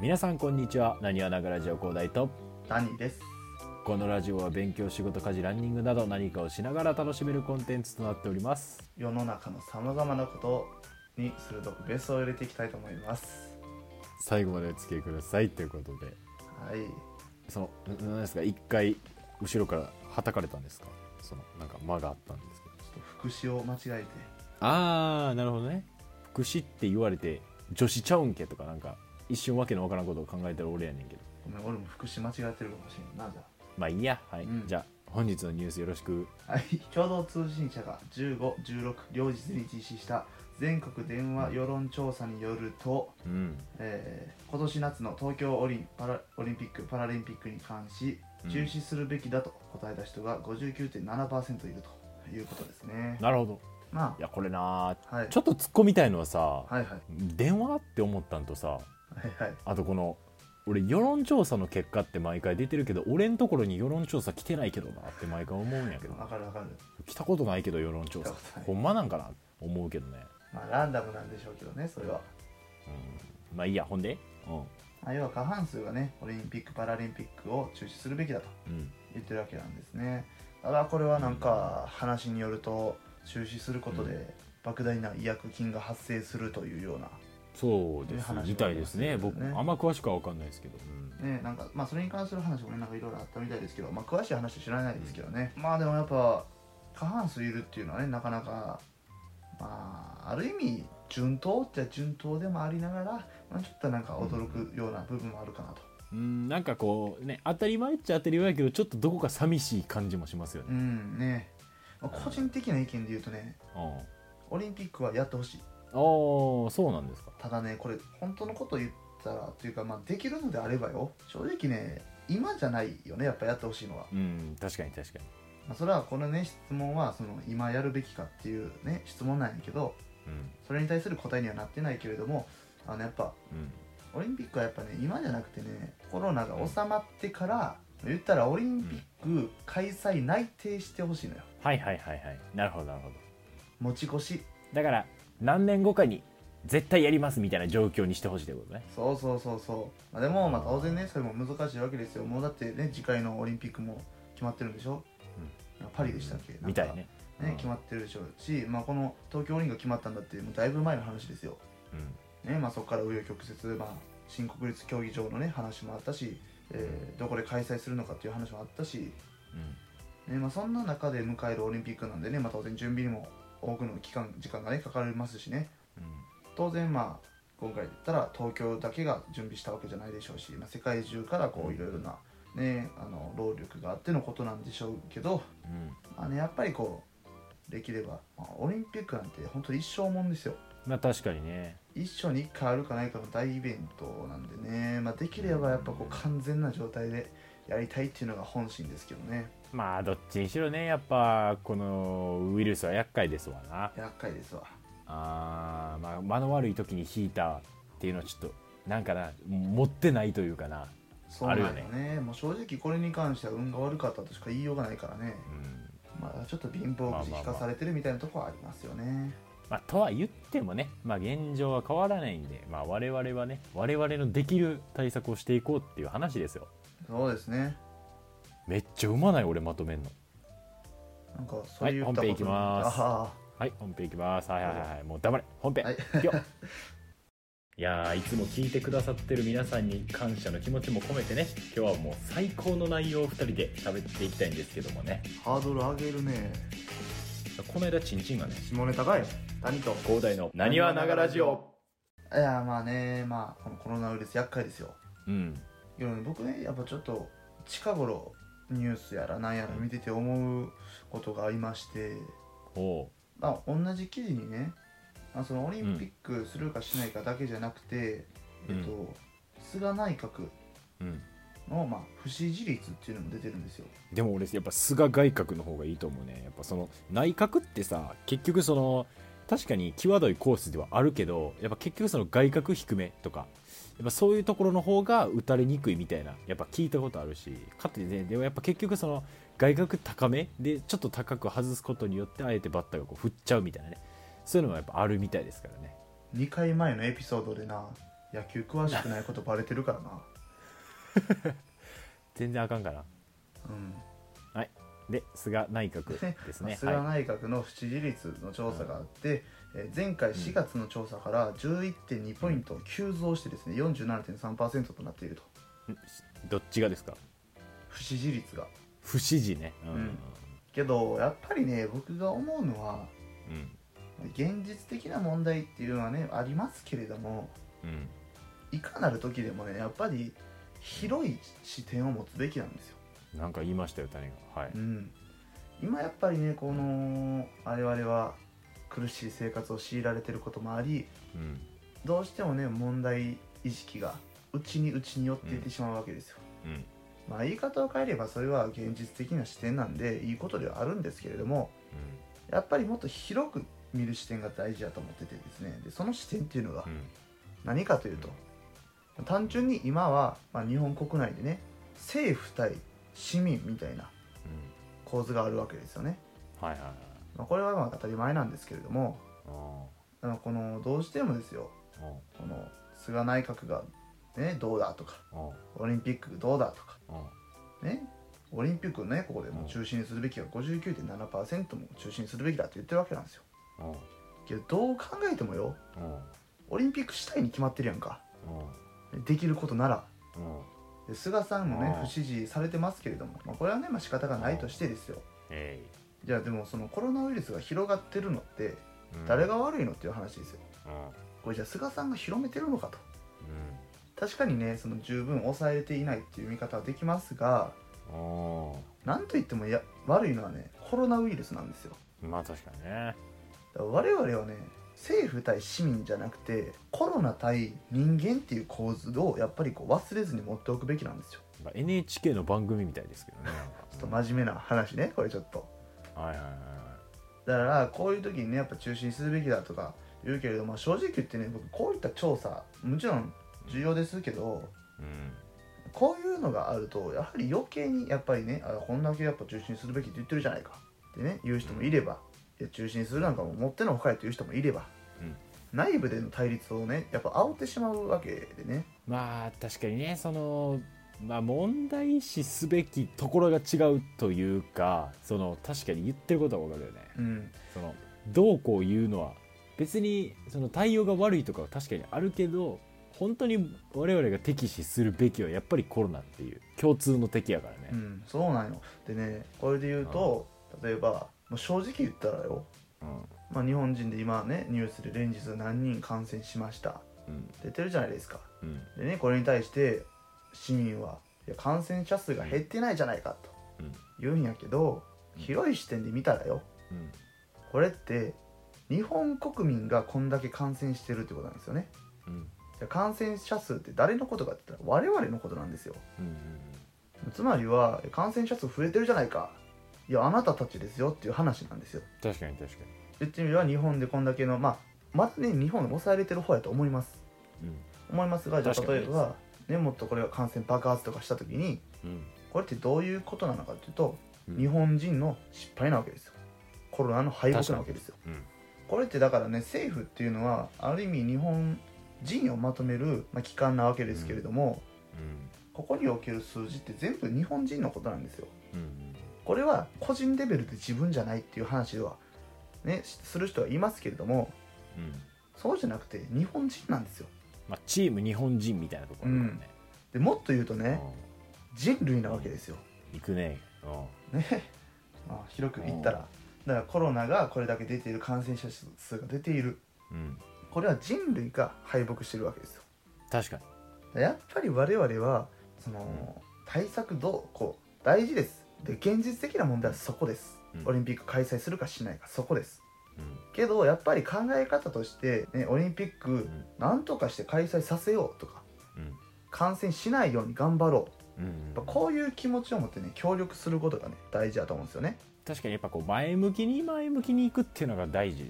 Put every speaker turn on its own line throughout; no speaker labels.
皆さんこんにちはなにわながラジオ広大と
谷です。
このラジオは勉強仕事家事ランニングなど何かをしながら楽しめるコンテンツとなっております
世の中のさまざまなことに鋭くベースを入れていきたいと思います。
最後までお付き合いくださいということで
はい。
そのななんですか一回後ろからはたかれたんですかそのなんか間があったんですけど
ちょっと副詞を間違えて、
あーなるほどね福祉って言われて女子ちゃうんけとかなんか一瞬わけのわからんことを考えてる俺やねんけど
ごめん、俺も副詞間違えてるかもしれんな、じゃ
まあいいやはい、
うん
じゃあ本日のニュースよろしく
あ。はい。共同通信社が15、16両日に実施した全国電話世論調査によると、
うん
えー今年夏の東京オリンパラオリンピック・パラリンピックに関し
うん
中止するべきだと答えた人が59.7%いるということですね。
なるほど
ま
いやこれな
あ、はい、
ちょっと突っ込みたいのはさ、
はいはい
電話って思ったんとさ
はいはい。
あとこの俺世論調査の結果って毎回出てるけど俺んところに世論調査来てないけどなって毎回思うんやけど
わかるわかる。
来たことないけど世論調査
来たことない
ほんまなんかな思うけどね、
まあランダムなんでしょうけどね、それは。
うん、まあいいやほんでうん
まあ要は過半数がね、オリンピック・パラリンピックを中止するべきだと
うん
言ってるわけなんですね。ただこれはなんか話によると中止すること
う
で莫大な違約金が発生するというような
そうで
ね
す
話は
みたいですね
ありますよ
僕
ね
あんま詳しくは分かんないですけど、
ね、なんかまあそれに関する話もねなんかいろいろあったみたいですけど、まあ、詳しい話は知らないですけどね、まあでもやっぱ過半数いるっていうのはねなかなかまあある意味順当っちゃ順当でもありながら、まあ、ちょっとなんか驚くような部分もあるかなと、
うん、うんなんかこうね当たり前っちゃ当たり前やけどちょっとどこか寂しい感じもしますよ
う
ね、
んね、まあ個人的な意見で言うとね
うん、
オリンピックはやってほしい
ああそうなんですか
ただねこれ本当のこと言ったらというか、まあ、できるのであればよ正直ね今じゃないよねやっぱやってほしいのは
うん確かに確か
まあ、それはこのね質問はその今やるべきかっていうね質問なんやけど
に
それに対する答えにはなってないけれどもあのやっぱ
うんうん
オリンピックはやっぱね今じゃなくてねコロナが収まってから、言ったらオリンピック開催内定してほしいのよ
はいはいはいはいなるほどなるほど
持ち越し
だから何年後かに絶対やりますみたいな状況にしてほしいってことね
そうそうそうそう、まあ、でもまあ当然ねそれも難しいわけですよもうだってね次回のオリンピックも決まってるんでしょ、パリでしたっけ、なんか
みたいね
ね、
うん
決まってるでしょうし、まあ、この東京オリンピックが決まったんだってもうだいぶ前の話ですよ
うん
ねまあ、そこから紆余曲折、まあ、新国立競技場の、ね、話もあったし、えーどこで開催するのかっていう話もあったし、ねまあ、そんな中で迎えるオリンピックなんでね、まあ、当然準備にも多くの期間時間が、ね、かかりますしね
う
当然、まあ、今回だったら東京だけが準備したわけじゃないでしょうし、まあ、世界中からこういろいろな、ね、あの労力があってのことなんでしょうけど、
んうん
まあね、やっぱりこうできれば、まあオリンピックなんて本当一生もんですよ。
まあ確かにね
一生に一回あるかないかの大イベントなんでね、まあ、できればやっぱこう完全な状態でやりたいっていうのが本心ですけどね
まあどっちにしろねやっぱこのウイルスは厄介ですわな
厄介ですわ
あー、まあ、間の悪い時に引いたっていうのはちょっとなんかな持ってないというかな、
そうなんだ
ある
ね
よ
もう正直これに関しては運が悪かったとしか言いようがないからね
うん
まあちょっと貧乏くじ引かされてるみたいなとこはありますよね
まあ、とは言ってもね、まあ、現状は変わらないんで、まあ、我々はね我々のできる対策をしていこうっていう話ですよ
そうですね
めっちゃうまない俺まとめんの
なんかそういう
はい本編いきます
あ
はい、本編いきます。はいはいはいはい、もう黙れ、本編。
はいい、
よ。 いやーいつも聞いてくださってる皆さんに感謝の気持ちも込めてね今日はもう最高の内容を2人で喋っていきたいんですけどもね
ーハードル上げるね
この間チンチンがね
下ネタかい谷と
広大のなにわながラジオ
いやまあねまあこのコロナウイルス厄介ですよ
うん
いや僕ねやっぱちょっと近頃ニュースやらなんやら見てて思うことがありまして、
おう
まあ、同じ記事にね、まあ、そのオリンピックするかしないかだけじゃなくて、
うん
えっと、菅内閣
うん
の、まあ、不支持率っていうのも出てるんですよ
でも俺やっぱ菅外閣の方がいいと思うねやっぱその内閣ってさ結局その確かに際どいコースではあるけどやっぱ結局その外角低めとかやっぱそういうところの方が打たれにくいみたいなやっぱ聞いたことあるしかつてねでもやっぱ結局その外角高めでちょっと高く外すことによってあえてバッターがこう振っちゃうみたいなねそういうのもやっぱあるみたいですからね
2回前のエピソードでな野球詳しくないことバレてるからな
全然あかんかな
うん
で菅内閣 です ね
菅
は
内閣の不支持率の調査があって、えー前回4月の調査から11.2ポイント急増してですね47.3%となっていると
い、んどっちがですか
不支持率が
不支持ねうん、
うんけどやっぱりね僕が思うのは
うん
現実的な問題っていうのはねありますけれども
うん
いかなる時でもねやっぱり広い視点を持つべきなんですよ、
なんか言いましたよ谷がはい、
うん、今やっぱりねこの我々は苦しい生活を強いられてることもあり
うん、
どうしてもね問題意識が内に内に寄っていってしまうわけですよ、
うん
まあ言い方を変えればそれは現実的な視点なんでいいことではあるんですけれどもやっぱりもっと広く見る視点が大事だと思っててですねでその視点っていうのが
うんうん
何かというと単純に今は、まあ、日本国内でね政府対市民みたいな
う
構図があるわけですよね、
んはいはいはい
まあ、これはまあ当たり前なんですけれども
あ
あのこのどうしてもですよ
あ
この菅内閣が、ね、どうだとか
あ
オリンピックどうだとか
ああ
ねオリンピックをねここでもう中止にするべきが59.7%も中止にするべきだって言ってるわけなんですよ
あ
けどどう考えてもよ
ああ
オリンピックしたいに決まってるやんか
あ
できることなら
あ
で菅さんもね
ああ
不支持されてますけれども、まあ、これはね、まあ仕方がないとしてですよ
え
じゃあでもそのコロナウイルスが広がってるのって
い、うん
誰が悪いのっていう話ですよ
うん
これじゃあ菅さんが広めてるのかと
うん
確かにねその十分抑えれていないっていう見方はできますが
あ
なんといってもいや悪いのはねコロナウイルスなんですよ
あまあ確かにね
だから我々はね政府対市民じゃなくてコロナ対人間っていう構図をやっぱりこう忘れずに持っておくべきなんですよ
まあ NHK の番組みたいですけどね
ちょっと真面目な話ねこれちょっと
はいはいはい
だからこういう時にねやっぱ中止にするべきだとか言うけれども正直言ってね僕こういった調査もちろん重要ですけど
うん
こういうのがあるとやはり余計にやっぱりねあこんだけやっぱ中止にするべきって言ってるじゃないかってね言う人もいればいや中止にするなんかもうもってのほかやという人もいれば
うん
内部での対立をねやっぱ煽ってしまうわけでね
まあ確かにねそのまあ問題視すべきところが違うというかその確かに言ってることはわかるよね
うん
そのどうこう言うのは別にその対応が悪いとかは確かにあるけど本当に我々が敵視するべきはやっぱりコロナっていう共通の敵やから
う
ね、
んそうなんよでねこれで言うと例えばもう正直言ったらよ
うん
まあ、日本人で今ねニュースで連日何人感染しました
うん
出てるじゃないですか
うん
でねこれに対して市民はいや感染者数が減ってないじゃないかと
うん
言うんやけど
うん
広い視点で見たらよ
うん
これって日本国民がこんだけ感染してるってことなんですよね
うん
で感染者数って誰のことかって言ったら我々のことなんですよ
うん
つまりは感染者数増えてるじゃないかいやあなたたちですよっていう話なんですよ
確かに確か
言ってみれば日本でこんだけのまあまずね日本で抑えれてる方やと思います
に
思いますがじゃあ
確かに
例えば、ね、もっとこれが感染爆発とかした時に
うん
これってどういうことなのかっていうと、
うん
日本人の失敗なわけですよコロナの敗北なわけですよ
うん
これってだからね政府っていうのはある意味日本人をまとめる、まあ、機関なわけですけれども、
うん
ここにおける数字って全部日本人のことなんですよ
うん
これは個人レベルで自分じゃないっていう話ではねしする人はいますけれども
うん
そうじゃなくて日本人なんですよ
まあチーム日本人みたいなところあるか
でもっと言うと
ら
ね
ね、
人類なわけですよ
うん、行くねうん
ね、まあ、広く言ったらだからコロナがこれだけ出ている感染者数が出ている
うん
これは人類が敗北してるわけですよ
確かに
やっぱり我々はその対策どうこう大事ですで現実的な問題はそこです、
うん
オリンピック開催するかしないかそこです
うん
けどやっぱり考え方として、ね、オリンピッ
う
ク
ん
なんとかして開催させようとか
うん
感染しないように頑張ろう
うん
やっぱこういう気持ちを持ってね協力することがね大事だと思うんですよね
確かにやっぱこう前向きに前向きに行くっていうのが大事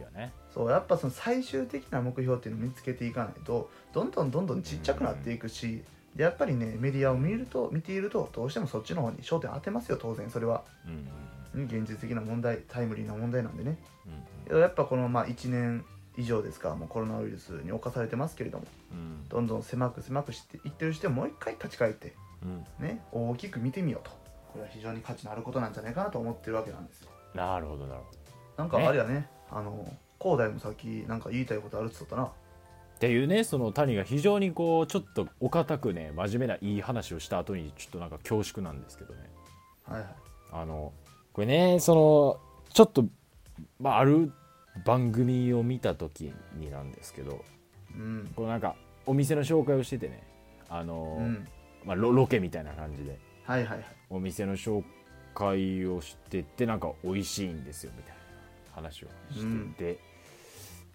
よね
そうやっぱその最終的な目標っていうのを見つけていかないとどんどんどんどんちっちゃくなっていくし、でやっぱりねメディアを見ると見ているとどうしてもそっちの方に焦点当てますよ当然それは
うんうん
うん現実的な問題タイムリーな問題なんでね
うん
けどやっぱこのまあ1年以上ですかもうコロナウイルスに侵されてますけれども
うん
どんどん狭く狭くしていってるしてもう一回立ち返って
うん
ね大きく見てみようとこれは非常に価値のあることなんじゃないかなと思ってるわけなんですよ
なるほどなるほど
なんか
ね
あれやねあの恒大もさっきなんか言いたいことあるっつったな
っていうねその谷が非常にこうちょっとお堅くね真面目ないい話をした後にちょっとなんか恐縮なんですけどね
はいはい
あのこれねそのちょっと、まあ、ある番組を見た時になんですけど
うん
こうなんかお店の紹介をしててねあの、
うん
まあ、ロロケみたいな感じで
はいはいはい
お店の紹介をしててなんか美味しいんですよみたいな話をしてて、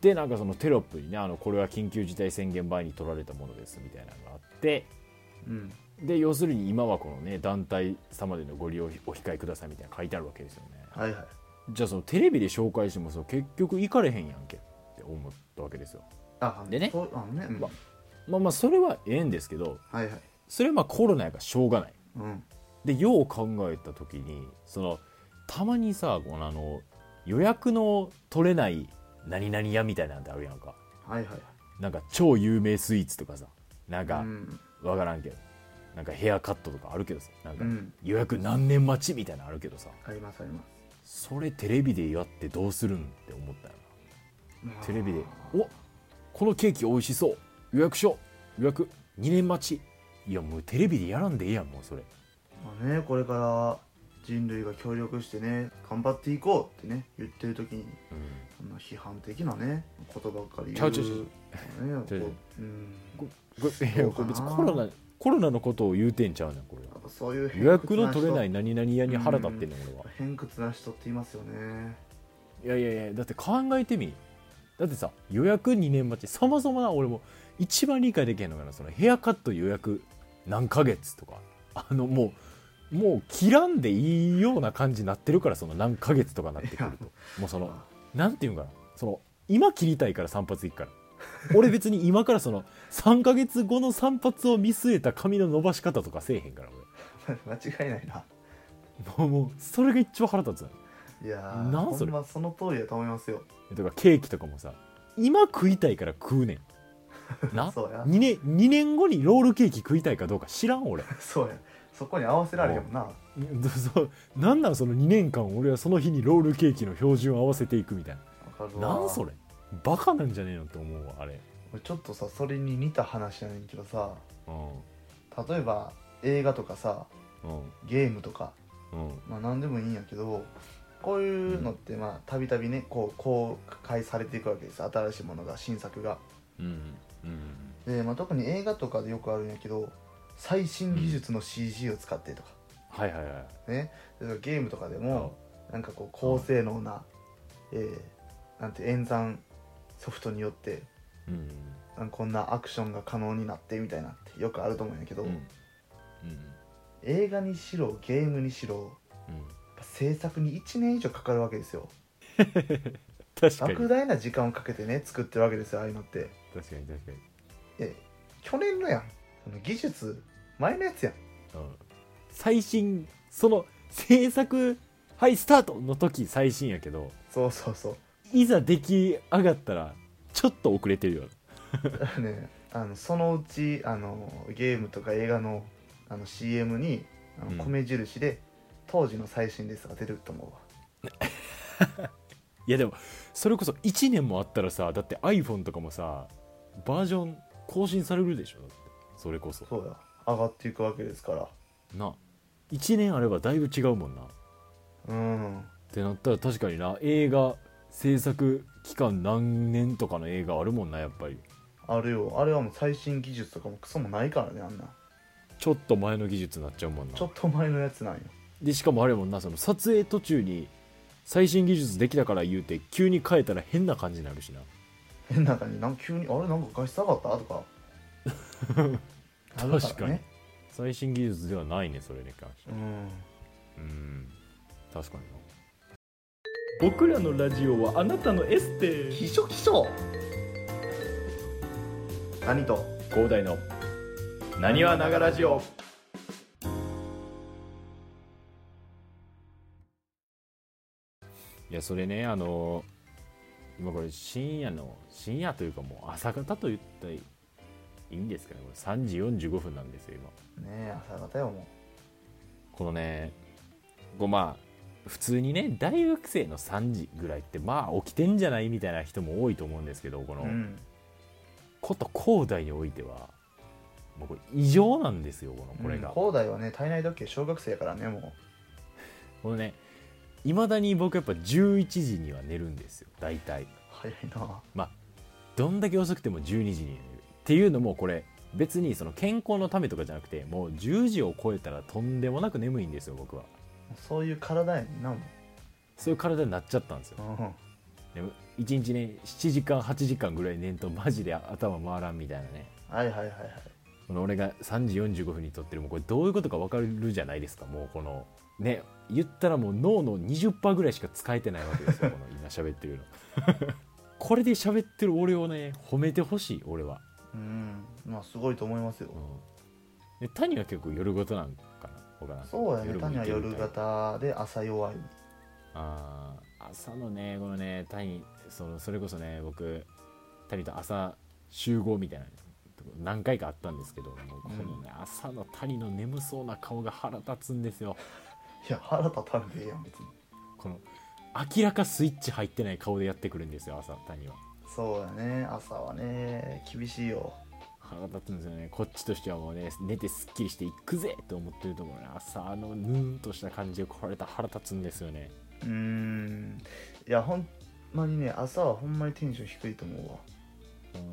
でなんかそのテロップにねあのこれは緊急事態宣言前に取られたものですみたいなのがあって
うん
で要するに今はこのね団体様でのご利用お控えくださいみたいなの書いてあるわけですよね
はいはい
じゃあそのテレビで紹介してもその結局行かれへんやんけって思ったわけですよ
あ
でね
そうあのね、うん
ままあまあそれはええんですけど
はいはい
それはまあコロナやからしょうがない
うん
でよう考えた時にそのたまにさこのあの予約の取れない何々屋みたいなんてあるやんか
はいはい
なんか超有名スイーツとかさなん
う
か
ん
わからんけどなんかヘアカットとかあるけどさなん
う
か
ん
予約何年待ちみたいなのあるけどさ
ありますあります
それテレビでやってどうするんって思ったよ
ま
な
あ
テレビで「おこのケーキ美味しそう予約しよう予約2年待ち」いやもうテレビでやらんでええやんもうそれ
まあねこれから人類が協力してね頑張っていこうってね言ってる時
う
に
ん
そんな批判的なねことばっか
ち
り言
ゃ
う
うちゃうちゃう
ね
ちゃう
こううん
ここれいや
どう
こ
か
れ
な
別にコロナコロナのことを言うてんちゃうねんこれ
やっぱそういう偏
予約の取れない
屈
何々屋に腹立ってんねん俺は
な人偏屈な人っていますよね
いやいやいやだって考えてみだってさ予約2年待ちさまざまな俺も一番理解できへんのかなそのヘアカット予約何ヶ月とかあのもうもう切らんでいいような感じになってるからその何ヶ月とかなってくるともうその
あ
なんていうんかなその今切りたいから散髪行くから俺別に今からその3ヶ月後の散髪を見据えた髪の伸ばし方とかせえへんから
間違いないな
俺もうもうそれが一番腹立つのよ
いやー
なんそれ
ほんまその通りだと思いますよ
とかケーキとかもさ今食いたいから食うねんな
そうや
2年二年後にロールケーキ食いたいかどうか知らん俺
そうやそこに合わせられへんもんな
そうなんなんその2年間俺はその日にロールケーキの標準を合わせていくみたい
わかる
な
わ
なんそれバカなんじゃねえのって思うわあれ
俺ちょっとさそれに似た話やねんけどさ
うん
例えば映画とかさ
うん
ゲームとか
うん
まあ何でもいいんやけどこういうのってまあたびたびねこう公開されていくわけです新しいものが新作が
うんうん
で、まあ、特に映画とかでよくあるんやけど最新技術の CG を使ってとか、
はいはいはい
ねだからゲームとかでもなんかこう高性能な、えーなんて演算ソフトによって
うん
なんかこんなアクションが可能になってみたいなってよくあると思うんやけど、
うん
映画にしろゲームにしろ
うん
やっぱ制作に1年以上かかるわけですよ
確かに
莫大な時間をかけてね作ってるわけですよああいうのって
確かに確かに
え去年のやんその技術前のやつやん
うん最新その制作はいスタートの時最新やけど
そうそう そう
いざ出来上がったらちょっと遅れてるよ
だからねあのそのうちあのゲームとか映画のあの CM にあ
うん
の米印で、当時の最新ですが出ると思うわ
いやでもそれこそ1年もあったらさだって iPhone とかもさバージョン更新されるでしょだってそれこそ
そうだ上がっていくわけですから
な1年あればだいぶ違うもんなっ
うん
てなったら確かにな映画制作期間何年とかの映画あるもんなやっぱり
あれよあれはもう最新技術とかもクソもないからねあんな
ちょっと前の技術になっちゃうもんな
ちょっと前のやつなんよ
でしかもあれやもんなその撮影途中に最新技術できたから言うて急に変えたら変な感じになるしな
変な感じなんか急に「あれなんか画質上がった?」と かある
確かに最新技術ではないねそれに関して
うん
うん確かにな
僕らのラジオはあなたのエステ
秘書秘書何と
広大のなにわながラジオいやそれねあの今これ深夜の深夜というかもう朝方と言ったらいいんですかねこれ3時45分なんですよ今
ねえ朝方よも
このねこうまあ普通にね大学生の3時ぐらいってまあ起きてんじゃないみたいな人も多いと思うんですけどこ
う、
の
うん、
こと広大においてはもうこれ異常なんですよこのこれが、
恒大はね体内時計小学生やからねもう
このねいまだに僕やっぱ11時には寝るんですよ大体
早いな
どんだけ遅くても12時に寝るっていうのもこれ別にその健康のためとかじゃなくてもう10時を超えたらとんでもなく眠いんですよ僕は
そういう体やねんなも
そういう体になっちゃったんですよ
う、
で
うん、
も1日ね7時間8時間ぐらい寝んとマジで頭回らんみたいなね
はいはいはいはい
この俺が3時45分に撮ってるもうこれどういうことか分かるじゃないですかもうこのね言ったらもう脳の20%ぐらいしか使えてないわけですよこの今喋ってるのこれで喋ってる俺をね褒めてほしい俺は、
うんまあすごいと思いますよ、
うん、で谷は結構夜ごとなんかな分からん
そうやね
も
谷
行
は
ける
夜
みたいな
型で朝弱い
あー朝のねこのね谷そのそれこそね僕谷と朝集合みたいな何回かあったんですけどもうこのね、朝の谷の眠そうな顔が腹立つんですよ
いや腹立たんでええやん別に
この明らかスイッチ入ってない顔でやってくるんですよ朝谷は
そうやね朝はね厳しいよ
腹立つんですよねこっちとしてはもうね寝てすっきりしていくぜと思ってるところね朝あのヌーンとした感じを来られたら腹立つんですよね
うーんいやほんまにね朝はほんまにテンション低いと思うわ
うーん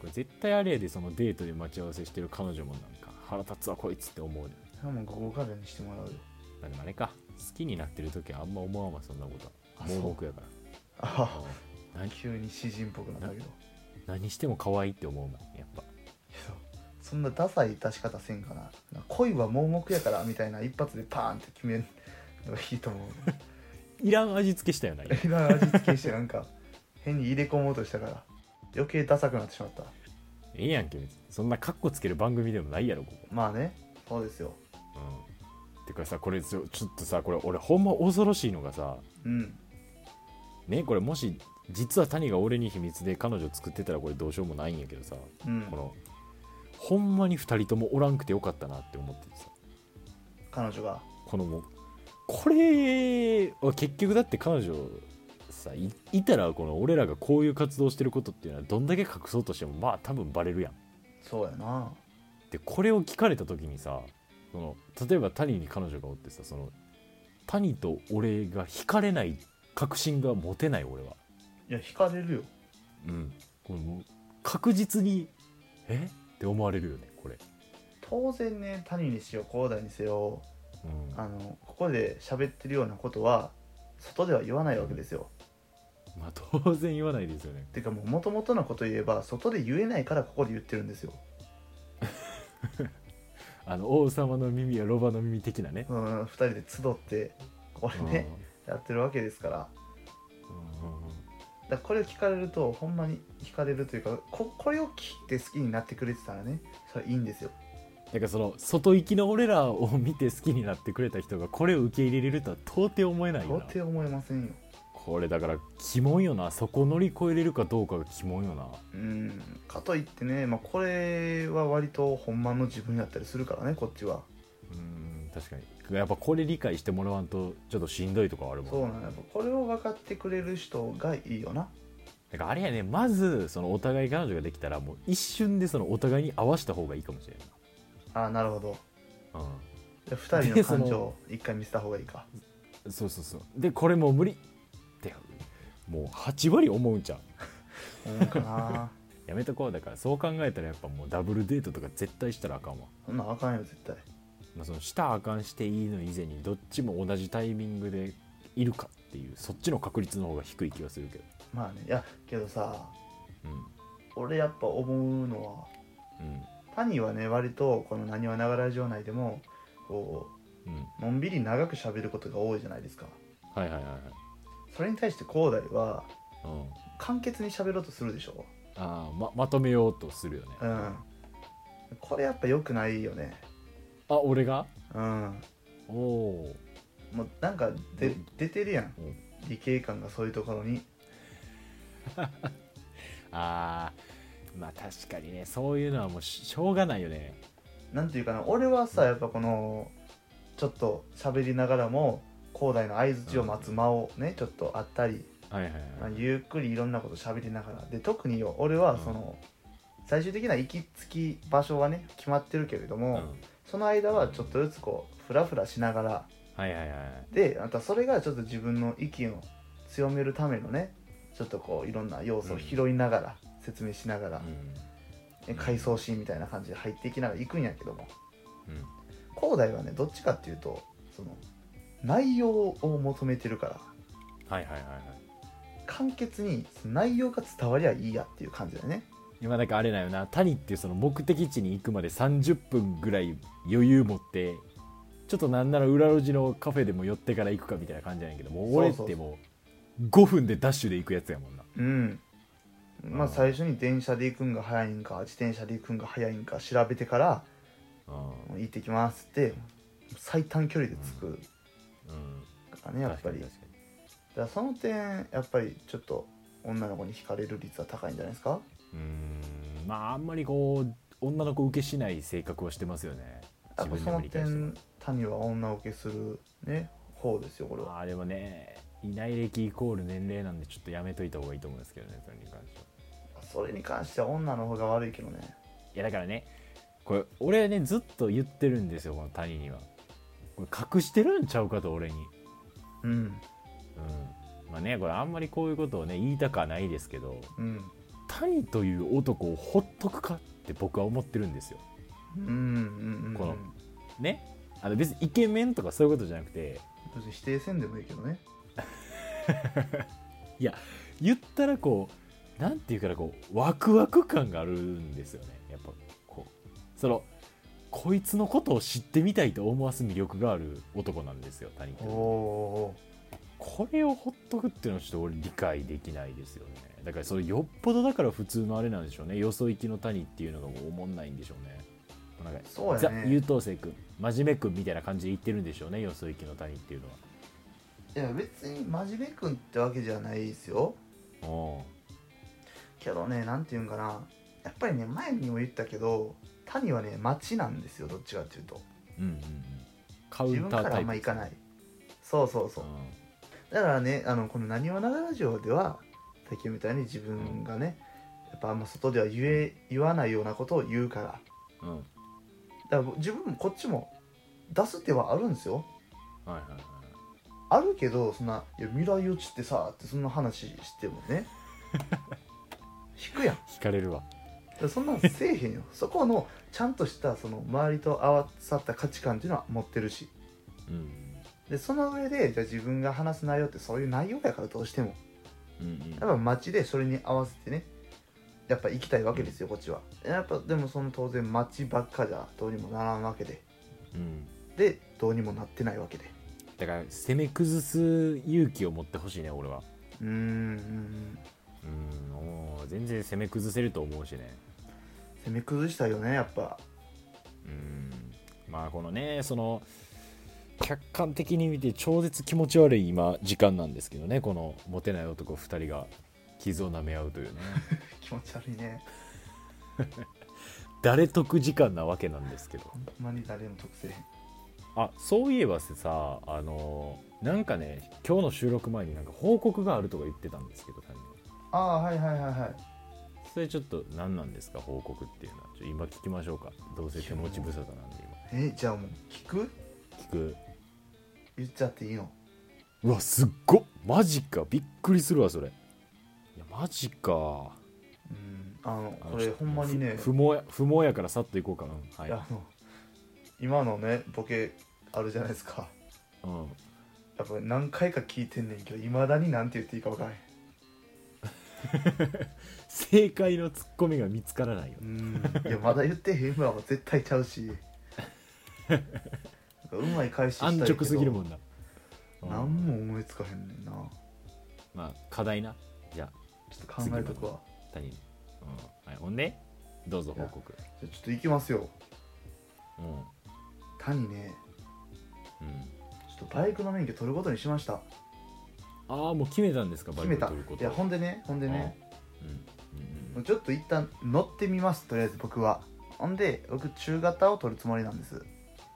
これ絶対あれやでそのデートで待ち合わせしてる彼女もなんか腹立つわこいつって思うね
それはもう午後からにしてもらうよ
まあでもあれか好きになってる時はあんま思わんわそんなこと
あそう
盲目やから
あ
うん何
急に詩人っぽくなったけどいや
何しても可愛いって思うもんやっぱ
そんなダサい出し方せんかな恋は盲目やからみたいな一発でパーンって決めるのがいいと思う
いらん味付けしたよな今
今味付けしてなんか変に入れ込もうとしたから余計ダサくなってしまった
ええやんけ別にそんなカッコつける番組でもないやろここ
まあねそうですよ
うんてかさこれちょちょっとさこれ俺ほんま恐ろしいのがさ
うん
ねこれもし実は谷が俺に秘密で彼女作ってたらこれどうしようもないんやけどさ
うん
このほんまに2人ともおらんくてよかったなって思っててさ
彼女が
このもうこれは結局だって彼女さいいたらこの俺らがこういう活動してることっていうのはどんだけ隠そうとしてもまあ多分バレるやん
そうやな
でこれを聞かれた時にさその例えば谷に彼女がおってさその谷と俺が惹かれない確信が持てない俺は、
いや惹かれるよ
うん、これもう確実にえって思われるよねこれ、
当然ね谷にしよう高大にせよ
うん、
あのここで喋ってるようなことは外では言わないわけですよ
まあ当然言わないですよね
てかもう元々のこと言えば外で言えないからここで言ってるんですよ
あの王様の耳やロバの耳的なね、
うん2人で集ってこれねやってるわけですからだか
うんうんうん
らこれを聞かれるとほんまに惹かれるというかここれを聞いて好きになってくれてたらねそれいいんですよ
だからその外行きの俺らを見て好きになってくれた人がこれを受け入れれるとは到底思えないよ
到
な
底思えませんよ
これだから鬼門よなそこ乗り越えれるかどうかが鬼門よな
うんかといってね、まあ、これは割とほんまの自分やったりするからねこっちは
うん確かにやっぱこれ理解してもらわんとちょっとしんどいとかあるもん
そうなんだやっぱこれを分かってくれる人がいいよな
だからあれやねまずそのお互い彼女ができたらもう一瞬でそのお互いに合わせた方がいいかもしれない
ああなるほど
なうん
じゃあ2人
で
の
その
感情を一回見せた方がいいか
そうそうそうでこれもう無理ってもう8割思うんちゃう
思うかな
やめとこうだからそう考えたらやっぱもうダブルデートとか絶対したらあかんわ
そんなんあかんよ絶対
まあ、そのしたらあかんしていいの以前にどっちも同じタイミングでいるかっていうそっちの確率の方が低い気がするけど
まあねいやけどさ
うん
俺やっぱ思うのは谷はね割とこの「なにわながら城内」でもこ
うんうん
うのんびり長く喋ることが多いじゃないですか
はいはいはいはい
それに対して広大は
うん
簡潔に喋ろうとするでしょ
あーままとめようとするよね、
う
あ
んこれやっぱ良くないよね
俺が
うん
おお
もうなんかで
うん
出てるやん
うん
理系感がそういうところに
あーまあ確かにねそういうのはもうししょうがないよね
なんていうかな俺はさやっぱこのちょっと喋りながらも広大の相づちを待つ間をねちょっとあったり、
はいはい
ま
は
あ
い
ゆっくりいろんなこと喋りながらで特によ俺はその、最終的な行き着き場所はね決まってるけれど
うん
も、その間はちょっとずつこうフラフラしながら
はいはいはい
でまたそれがちょっと自分の意見を強めるためのねちょっとこういろんな要素を拾いながら、説明しながら、ね回想シーンみたいな感じで入っていきながら行くんやけども
うんうん
広大はねどっちかっていうとその内容を求めてるから
はいはいはいはい
簡潔にその内容が伝わりゃいいやっていう感じだよね
今なんかあれだよな谷っていうその目的地に行くまで30分ぐらい余裕持ってちょっとなんなら裏路地のカフェでも寄ってから行くかみたいな感じじゃないけどもう俺っ
そうそう
て
そう
もう5分でダッシュで行くやつやもんな
うんまあ
うん
最初に電車で行くんが早いんか自転車で行くんが早いんか調べてから「もう行ってきます」って最短距離で着く
うん
からねやっぱりだ
確か
か
に確から
その点やっぱりちょっと女の子に惹かれる率は高いんじゃないですか
にうーんまああんまりこう女の子受けしない性格はしてますよね
やっぱその
しても
点谷は女受けするね方ですよこれは
まあでもねいない歴イコール年齢なんでちょっとやめといた方がいいと思うんですけどねそれに関しては
それに関しては女の方が悪いけどね
いやだからねこれ俺ねずっと言ってるんですよこの谷にはこれ隠してるんちゃうかと俺に
うん
うんまあねこれあんまりこういうことをね言いたくはないですけど
うん
谷という男をほっとくかって僕は思ってるんですよ
うんうんうん
このねあの別にイケメンとかそういうことじゃなくて
別に否定せんでもいいけどね
言ったらこうなんていうかなこうワクワク感があるんですよねやっぱこうそのこいつのことを知ってみたいと思わす魅力がある男なんですよ谷って
おお
これをほっとくっていうのはちょっと俺理解できないですよねだからそれよっぽどだから普通のあれなんでしょうねよそ行きの谷っていうのがもうおもんないんでしょうねもうなんか
そう
ザ
やね
優等生君真面目君みたいな感じで言ってるんでしょうねよそ行きの谷っていうのはい
や別に真面目くんってわけじゃないですよ
お
けどねなんていうんかなやっぱりね前にも言ったけど谷はね町なんですよどっちかっていうと
ううんうんうんカウ
自
ン
分
タ
か
ー
らあ
タイ
ん
プ
ま行かないそうそうそうだからねあのこの「なにわながラジオ」では最近みたいに自分がね、やっぱあんま外では言え言わないようなことを言うから
うん、うん
だから自分もこっちも出す手はあるんですよ
はいはいはい
あるけどそんな「いや未来予知ってさ」ってそんな話してもね引くやん
惹かれるわ
だからそんなんせえへんよそこのちゃんとしたその周りと合わさった価値観っていうのは持ってるし
うん
でその上でじゃあ自分が話す内容ってそういう内容やからどうしても
うんうん
やっぱ街でそれに合わせてねやっぱ行きたいわけですよこっちはやっぱでもその当然街ばっかじゃどうにもならんわけで
うん
でどうにもなってないわけで
だから攻め崩す勇気を持ってほしいね俺は
うーん
うんもう全然攻め崩せると思うしね
攻め崩したいよねやっぱ
うんまあこのねその客観的に見て超絶気持ち悪い今時間なんですけどねこのモテない男2人が傷を舐め合うというね
気持ち悪いね
誰得時間なわけなんですけど
ほんまに誰も得せへん
あそういえばさあのなんかね今日の収録前になんか報告があるとか言ってたんですけど谷口
ああはいはいはいはい
それちょっと何なんですか報告っていうのはちょ今聞きましょうかどうせ手持ち無沙汰なんで
えじゃあもう聞く
今聞く
言っちゃっていいの
うわすっごっマジかびっくりするわそれいやマジか
うんあの
あの
これほんまにね
ふ不毛や不毛やからさっといこうかな、
い
はい
やあの今のねボケあるじゃないですか
うん、
やっぱ何回か聞いてんねんけどいまだになんて言っていいか分からへん
正解のツッコミが見つからないよ
う、んいやまだ言ってへんわ絶対ちゃうしなんかうまい返ししたいけ
安
ど
直すぎるもんな、うん
何も思いつかへんねんな
まあ課題なじゃあ
ちょっと考えとくわ
谷に、うんはい、ほんでどうぞ報告
じゃあちょっと行きますよ
うんうん
谷ねちょっとバイクの免許取ることにしました
ああもう決めたんですかバ
決
イ
め
ク
た
取ること
いやほんでねほんでね
うん
ちょっと一旦乗ってみますとりあえず僕はほんで僕中型を取るつもりなんです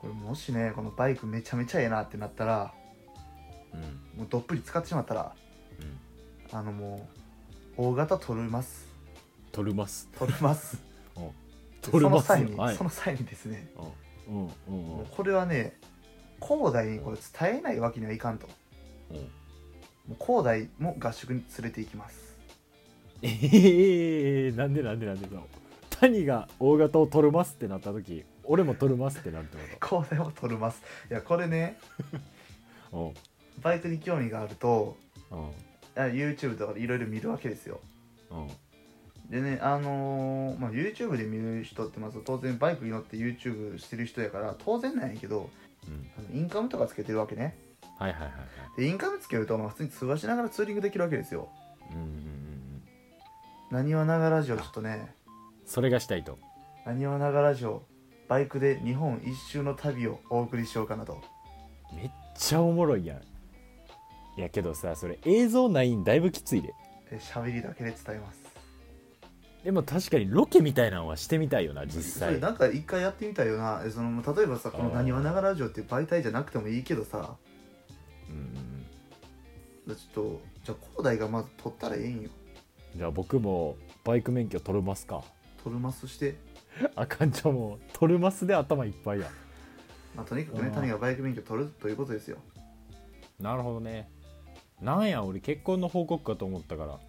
これもしねこのバイクめちゃめちゃええなってなったら
うん
もうどっぷり使ってしまったら
うん
あのもう大型取ります
取れます
取れます
取れます
その際に、
はい
その際にですね
うんうんうん
もうこれはね広大にこれ伝えないわけにはいかんと
うん
もう広大も合宿に連れて行きます
ええなんでなんでなんでだろう谷が大型を取れますってなった時俺も取れますってなるって
広大も取れますいやこれね
こ
バイクに興味があると
とうん
あ YouTube とかでいろいろ見るわけですよ
うんうん
でねあのーまあ、YouTube で見る人ってまず当然バイクに乗って YouTube してる人やから当然なんやけど
うん
あのインカムとかつけてるわけね
はいはいはいはい
でインカムつけるとまあ普通に通話しながらツーリングできるわけですよ
うんうんうん
なにわながラジオちょっとね
うんそれがしたいと
なにわながラジオバイクで日本一周の旅をお送りしようかなと
めっちゃおもろいやんいやけどさそれ映像ないんだいぶきついで
え喋りだけで伝えます
でも確かにロケみたいなのはしてみたいよな実
そ
際
れなんか一回やってみたいよなえその例えばさこの
あー
なにわながラジオっていう媒体じゃなくてもいいけどさ
うんうん
ちょっとじゃあ広大がまず取ったらええんよ
じゃあ僕もバイク免許取れますか
取るますして
あかんちゃんもう取れますで頭いっぱいや
まあ、とにかくね
うん
谷がバイク免許取るということですよ
なるほどねなんや俺結婚の報告かと思ったから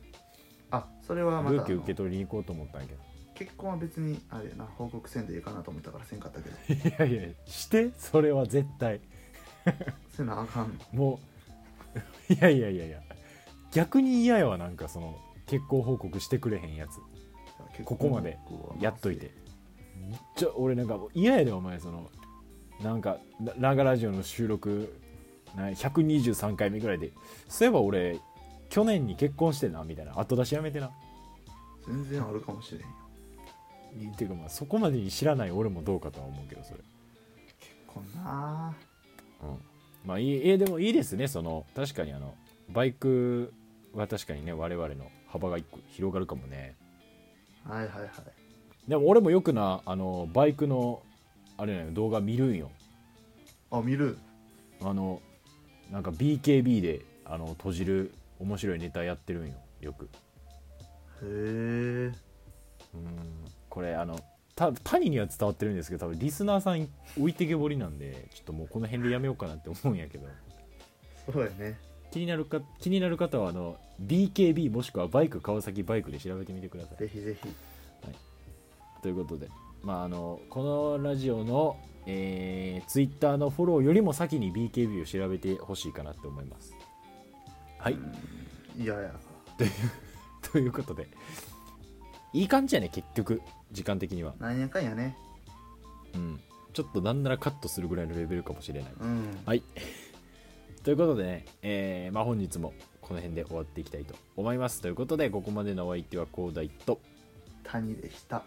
あそれはま
ブ
た
ーケ受け取りに行こうと思ったんやけ
結婚は別にあれやな報告せんでいいかなと思ったからせんかっ たけど
どいやいやしてそれは絶対
せなあかんの
もう いやいやいやいや逆に嫌やわなんかその結婚報告してくれへんやつここまでやっといてちょ俺なんかもう嫌やでお前そのなんかなラガラジオの収録な123回目ぐらいでそういえば俺去年に結婚してなみたいな後出しやめてな
全然あるかもしれんよ
っていうかまあそこまでに知らない俺もどうかとは思うけどそれ、
こんな
まあいいえでもいいですねその確かにあのバイクは確かにね我々の幅が一個広がるかもね
はいはいはい
でも俺もよくなあのバイクのあれなの動画見るんよ
あ見る
あのなんか BKB であの閉じる面白いネタやってるんよよく
へえ
うんこれあのた谷には伝わってるんですけど多分リスナーさん置いてけぼりなんでちょっともうこの辺でやめようかなって思うんやけど
そうやね
気になるか気になる方はあの BKB もしくはバイク川崎バイクで調べてみてください
ぜひぜひ
ということでまああのこのラジオのえー、ツイッターのフォローよりも先に BKB を調べてほしいかなって思いますはい、
いやいや
ということでいい感じやね結局時間的には
なんやかんやね
うんちょっとなんならカットするぐらいのレベルかもしれない
うん
はい ということでね、えーまあ、本日もこの辺で終わっていきたいと思いますということでここまでのお相手は広大と
谷でした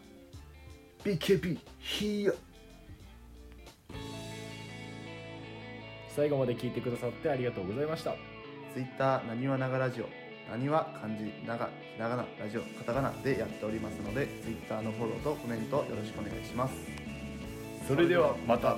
BKB ヒー
最後まで聞いてくださってありがとうございました
ツイッターなにわながラジオなにわ漢字ながひらがなラジオカタカナでやっておりますのでツイッターのフォローとコメントよろしくお願いします
それではまた